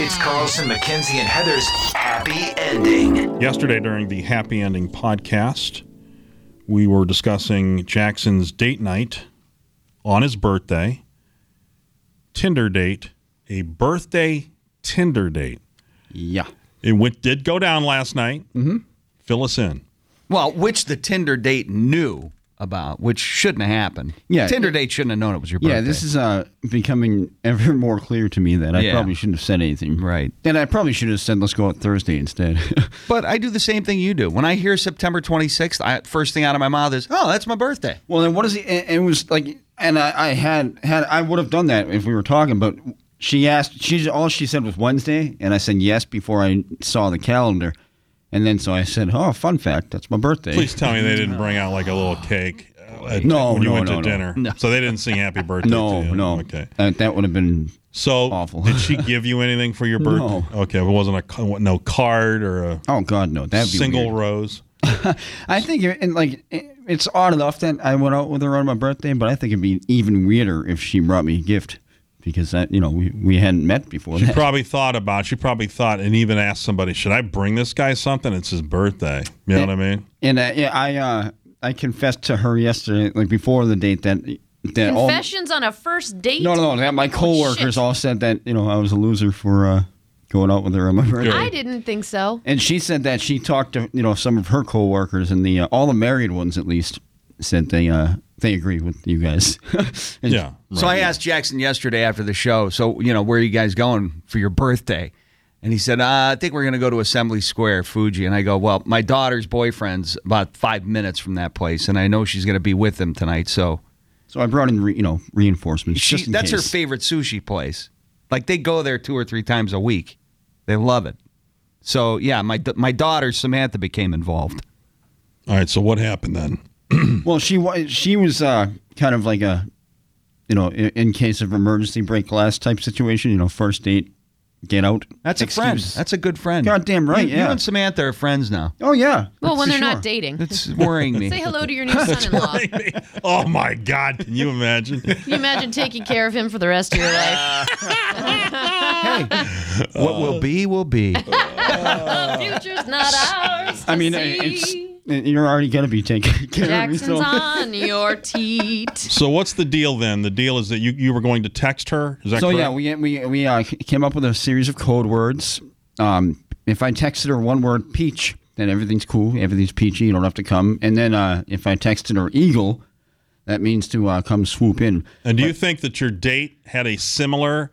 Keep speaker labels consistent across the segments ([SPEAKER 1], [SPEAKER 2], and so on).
[SPEAKER 1] It's Carlson, McKenzie, and Heather's happy ending.
[SPEAKER 2] Yesterday, during the Happy Ending podcast, we were discussing Jackson's date night on his birthday, Tinder date, a birthday Tinder date.
[SPEAKER 3] Yeah.
[SPEAKER 2] It went, did go down last night. Mm-hmm. Fill us in.
[SPEAKER 3] Well, which the Tinder date knew about, which shouldn't have happened.
[SPEAKER 4] Yeah.
[SPEAKER 3] Tinder date shouldn't have known it was your birthday.
[SPEAKER 4] Yeah, this is uh, becoming ever more clear to me that I
[SPEAKER 3] Yeah.
[SPEAKER 4] probably shouldn't have said anything.
[SPEAKER 3] Right.
[SPEAKER 4] And I probably should have said, let's go out Thursday instead.
[SPEAKER 3] But I do the same thing you do. When I hear September 26th, I, first thing out of my mouth is, "Oh, that's my birthday."
[SPEAKER 4] well, then what is he? and- and It was like, and I, I had, had, I would have done that if we were talking, but she asked, she, all she said was Wednesday. And I said yes before I saw the calendar. And then so I said, oh, fun fact, that's my birthday.
[SPEAKER 2] Please tell me they didn't bring out like a little cake. uh,
[SPEAKER 4] No,
[SPEAKER 2] when you
[SPEAKER 4] no,
[SPEAKER 2] went to
[SPEAKER 4] no, no.
[SPEAKER 2] dinner, so they didn't sing "Happy Birthday."
[SPEAKER 4] No,
[SPEAKER 2] to you.
[SPEAKER 4] no.
[SPEAKER 2] Okay.
[SPEAKER 4] That, that would have been,
[SPEAKER 2] So,
[SPEAKER 4] Awful.
[SPEAKER 2] did she give you anything for your birthday?
[SPEAKER 4] No.
[SPEAKER 2] Okay, it wasn't a ca- what, no card or a
[SPEAKER 4] oh, God, no. That'd be
[SPEAKER 2] single
[SPEAKER 4] weird.
[SPEAKER 2] rose.
[SPEAKER 4] I think, it, and like, it, it's odd enough that I went out with her on my birthday, but I think it'd be even weirder if she brought me a gift because that, you know, we, we hadn't met before.
[SPEAKER 2] She
[SPEAKER 4] that.
[SPEAKER 2] probably thought about. She probably thought and even asked somebody, "Should I bring this guy something? It's his birthday." You know what I mean?
[SPEAKER 4] and uh, yeah, I, uh, I confessed to her yesterday, like before the date that that all.
[SPEAKER 5] Confessions on a first date?
[SPEAKER 4] No, no, no. That my coworkers all said that you know I was a loser for uh, going out with her on my birthday.
[SPEAKER 5] I didn't think so.
[SPEAKER 4] And she said that she talked to you know some of her coworkers and the uh, all the married ones at least said they uh, they agree with you guys. And
[SPEAKER 2] Yeah.
[SPEAKER 3] So I asked Jackson yesterday after the show, "So, you know, where are you guys going for your birthday?" And he said, uh, "I think we're going to go to Assembly Square, Fuji." And I go, "Well, my daughter's boyfriend's about 5 minutes from that place, and I know she's going to be with him tonight, so
[SPEAKER 4] So I brought in re, you know reinforcements.
[SPEAKER 3] She,
[SPEAKER 4] just in
[SPEAKER 3] that's her
[SPEAKER 4] case.
[SPEAKER 3] favorite sushi place. Like they go there two or three times a week. They love it. So yeah, my my daughter Samantha became involved.
[SPEAKER 2] All right. So what happened then?
[SPEAKER 4] Well, she was she was uh, kind of like a, you know, in, in case of emergency break glass type situation. You know, first date, get out.
[SPEAKER 3] That's a friend.
[SPEAKER 4] excuse.
[SPEAKER 3] That's a good friend.
[SPEAKER 4] Goddamn right,
[SPEAKER 3] You, you
[SPEAKER 4] yeah.
[SPEAKER 3] and Samantha are friends now.
[SPEAKER 4] oh yeah.
[SPEAKER 5] Well, when
[SPEAKER 4] for
[SPEAKER 5] they're
[SPEAKER 4] sure.
[SPEAKER 5] not dating.
[SPEAKER 3] It's worrying
[SPEAKER 5] Say
[SPEAKER 3] me.
[SPEAKER 5] hello to your new son-in-law. Can
[SPEAKER 2] oh my God! Can you imagine?
[SPEAKER 5] you imagine taking care of him for the rest of your life?
[SPEAKER 3] what will be will be.
[SPEAKER 5] Future's not ours.
[SPEAKER 4] I
[SPEAKER 5] to
[SPEAKER 4] mean, uh,
[SPEAKER 5] see.
[SPEAKER 4] it's you're already gonna be taking care of me.
[SPEAKER 5] Jackson's
[SPEAKER 4] So.
[SPEAKER 5] on your teat.
[SPEAKER 2] So what's the deal then? The deal is that you you were going to text her. Is that
[SPEAKER 4] So
[SPEAKER 2] correct?
[SPEAKER 4] yeah, we we we uh, came up with a series of code words. Um, if I texted her one word, peach, then everything's cool, everything's peachy. You don't have to come. And then uh, if I texted her eagle, that means to uh, come swoop in.
[SPEAKER 2] And do you think that your date had a similar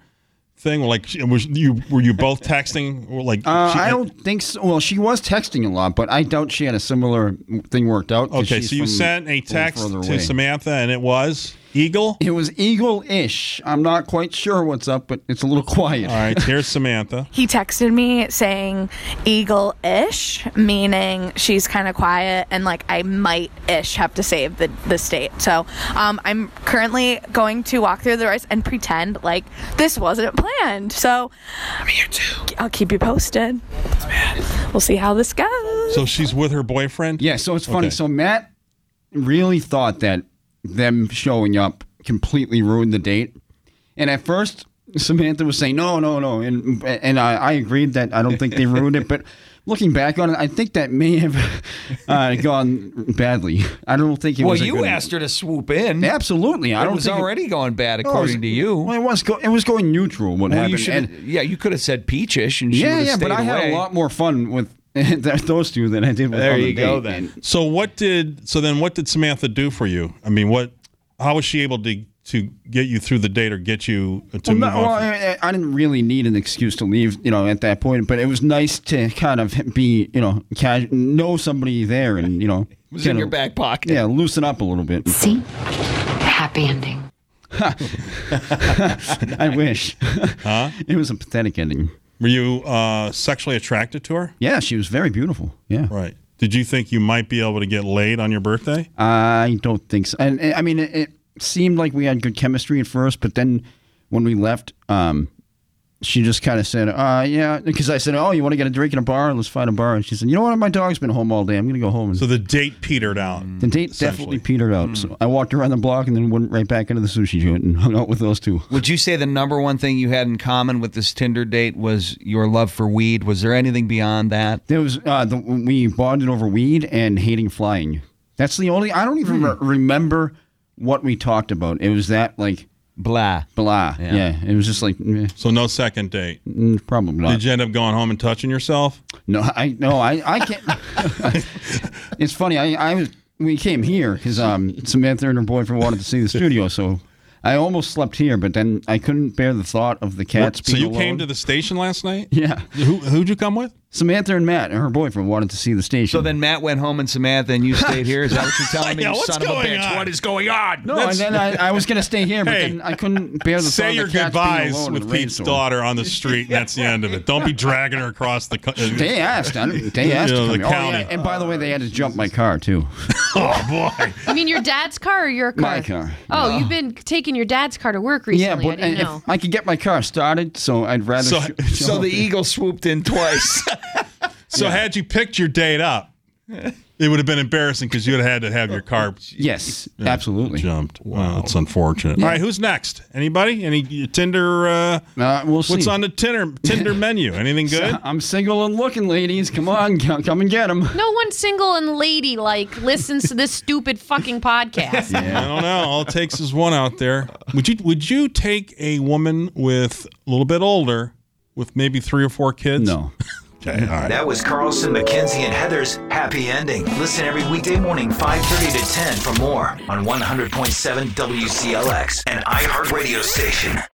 [SPEAKER 2] thing? Like, she- was you were you both texting? Or Like,
[SPEAKER 4] Uh,
[SPEAKER 2] she-
[SPEAKER 4] I don't think so. Well, she was texting a lot, but I doubt she had a similar thing worked out. 'cause
[SPEAKER 2] Okay,
[SPEAKER 4] she's
[SPEAKER 2] so you
[SPEAKER 4] from
[SPEAKER 2] sent a
[SPEAKER 4] little
[SPEAKER 2] text
[SPEAKER 4] further
[SPEAKER 2] to
[SPEAKER 4] away.
[SPEAKER 2] Samantha, and it was Eagle.
[SPEAKER 4] It was eagle-ish. I'm not quite sure what's up, but it's a little quiet.
[SPEAKER 2] All right, here's Samantha.
[SPEAKER 6] He texted me saying eagle ish, meaning she's kind of quiet and like I might ish have to save the, the state. So um, I'm currently going to walk through the rest and pretend like this wasn't planned. So I'm here too. I'll keep you posted. We'll see how this goes.
[SPEAKER 2] So she's with her boyfriend.
[SPEAKER 4] Yeah, so it's funny.
[SPEAKER 2] Okay.
[SPEAKER 4] So Matt really thought that them showing up completely ruined the date, and at first Samantha was saying no, no, no, and and I, I agreed that I don't think they ruined it, but. Looking back on it, I think that may have uh, gone badly. I don't think it
[SPEAKER 3] well,
[SPEAKER 4] was. a
[SPEAKER 3] you
[SPEAKER 4] good-
[SPEAKER 3] asked her to swoop in.
[SPEAKER 4] Absolutely, I
[SPEAKER 3] It
[SPEAKER 4] don't
[SPEAKER 3] was
[SPEAKER 4] think it-
[SPEAKER 3] already going bad
[SPEAKER 4] No, it was-
[SPEAKER 3] according to you.
[SPEAKER 4] Well, it was go- it was going neutral. What
[SPEAKER 3] Well, you
[SPEAKER 4] happened?
[SPEAKER 3] should.
[SPEAKER 4] and,
[SPEAKER 3] Yeah, you could have said peachish, and she
[SPEAKER 4] yeah,
[SPEAKER 3] would
[SPEAKER 4] yeah,
[SPEAKER 3] have
[SPEAKER 4] but
[SPEAKER 3] stayed
[SPEAKER 4] I had
[SPEAKER 3] away.
[SPEAKER 4] a lot more fun with those two than I did with.
[SPEAKER 3] There
[SPEAKER 4] on the
[SPEAKER 3] you go,
[SPEAKER 4] date.
[SPEAKER 3] then.
[SPEAKER 2] So what did? So then, what did Samantha do for you? I mean, what? How was she able to to get you through the date or get you to
[SPEAKER 4] Well,
[SPEAKER 2] move
[SPEAKER 4] no,
[SPEAKER 2] on?
[SPEAKER 4] well, I, I didn't really need an excuse to leave, you know, at that point. But it was nice to kind of be, you know, casu- know somebody there, and you know,
[SPEAKER 3] It was
[SPEAKER 4] kind
[SPEAKER 3] in
[SPEAKER 4] of-
[SPEAKER 3] your back pocket.
[SPEAKER 4] Yeah, loosen up a little bit.
[SPEAKER 7] See? Happy ending.
[SPEAKER 4] I wish. Huh? It was a pathetic ending.
[SPEAKER 2] Were you uh, sexually attracted to her?
[SPEAKER 4] Yeah, she was very beautiful. Yeah.
[SPEAKER 2] Right. Did you think you might be able to get laid on your birthday?
[SPEAKER 4] I don't think so. And and, I mean, it, it seemed like we had good chemistry at first, but then when we left, um, she just kind of said, uh, "Yeah," because I said, "Oh, you want to get a drink in a bar? Let's find a bar." And she said, "You know what? My dog's been home all day. I'm gonna go home." And
[SPEAKER 2] So the date petered out.
[SPEAKER 4] the
[SPEAKER 3] Mm.
[SPEAKER 4] date definitely petered out. So I walked around the block and then went right back into the sushi joint and hung out with those two.
[SPEAKER 3] Would you say the number one thing you had in common with this Tinder date was your love for weed? Was there anything beyond that?
[SPEAKER 4] There was uh, the, we bonded over weed and hating flying. That's the only. I don't even re- remember what we talked about. It was that like
[SPEAKER 3] Blah.
[SPEAKER 4] blah. Yeah, it was just like eh,
[SPEAKER 2] So no second date.
[SPEAKER 4] mm, probably not.
[SPEAKER 2] Did you end up going home and touching yourself?
[SPEAKER 4] No, I no, I I can't. it's funny. I I was we came here because um Samantha and her boyfriend wanted to see the studio, so I almost slept here, but then I couldn't bear the thought of the cats.
[SPEAKER 2] so
[SPEAKER 4] being
[SPEAKER 2] you came
[SPEAKER 4] alone.
[SPEAKER 2] to the station last night?
[SPEAKER 4] yeah.
[SPEAKER 2] Who, who'd you come with?
[SPEAKER 4] Samantha and Matt and her boyfriend wanted to see the station.
[SPEAKER 3] So then Matt went home and Samantha and you stayed here. Is that what you're telling me?
[SPEAKER 2] Yeah,
[SPEAKER 3] you
[SPEAKER 2] what's
[SPEAKER 3] son of a
[SPEAKER 2] going
[SPEAKER 3] bitch.
[SPEAKER 2] on?
[SPEAKER 3] What is going on?
[SPEAKER 4] no, and then I, I was gonna stay here, but
[SPEAKER 2] Hey,
[SPEAKER 4] then I couldn't bear the thought
[SPEAKER 2] Say
[SPEAKER 4] of
[SPEAKER 2] your
[SPEAKER 4] the cats being
[SPEAKER 2] goodbyes
[SPEAKER 4] alone in
[SPEAKER 2] with
[SPEAKER 4] the
[SPEAKER 2] Pete's
[SPEAKER 4] rainstorm.
[SPEAKER 2] daughter on the street, and that's the end of it. Don't be dragging her across the country.
[SPEAKER 4] They asked. I don't, they asked.
[SPEAKER 2] You know,
[SPEAKER 4] to come
[SPEAKER 2] the
[SPEAKER 4] here.
[SPEAKER 2] county.
[SPEAKER 4] Oh, yeah. And by the way, they had to jump my car too.
[SPEAKER 2] Oh boy!
[SPEAKER 5] You mean your dad's car or your car?
[SPEAKER 4] My car.
[SPEAKER 5] Oh, you've been taking your dad's car to work recently. I didn't
[SPEAKER 4] if
[SPEAKER 5] know.
[SPEAKER 4] I could get my car started, so I'd rather.
[SPEAKER 2] So-
[SPEAKER 4] sh-
[SPEAKER 3] So the eagle swooped in twice.
[SPEAKER 2] So had you picked your date up, it would have been embarrassing because you'd have had to have your car
[SPEAKER 4] Yes, absolutely.
[SPEAKER 2] jumped. Wow, that's unfortunate. All right, who's next? Anybody? Any Tinder? Uh,
[SPEAKER 4] Uh, we'll see.
[SPEAKER 2] what's on the Tinder Tinder menu? Anything good?
[SPEAKER 4] I'm single and looking, ladies. Come on, c- come and get them.
[SPEAKER 5] no one single and lady like listens to this stupid fucking podcast.
[SPEAKER 2] I don't know. All it takes is one out there. Would you Would you take a woman with a little bit older, with maybe three or four kids?
[SPEAKER 4] No.
[SPEAKER 2] Okay. All right.
[SPEAKER 1] That was Carlson, McKenzie, and Heather's Happy Ending. Listen every weekday morning, 5.30 to 10 for more on 100.7 WCLX and iHeartRadio station.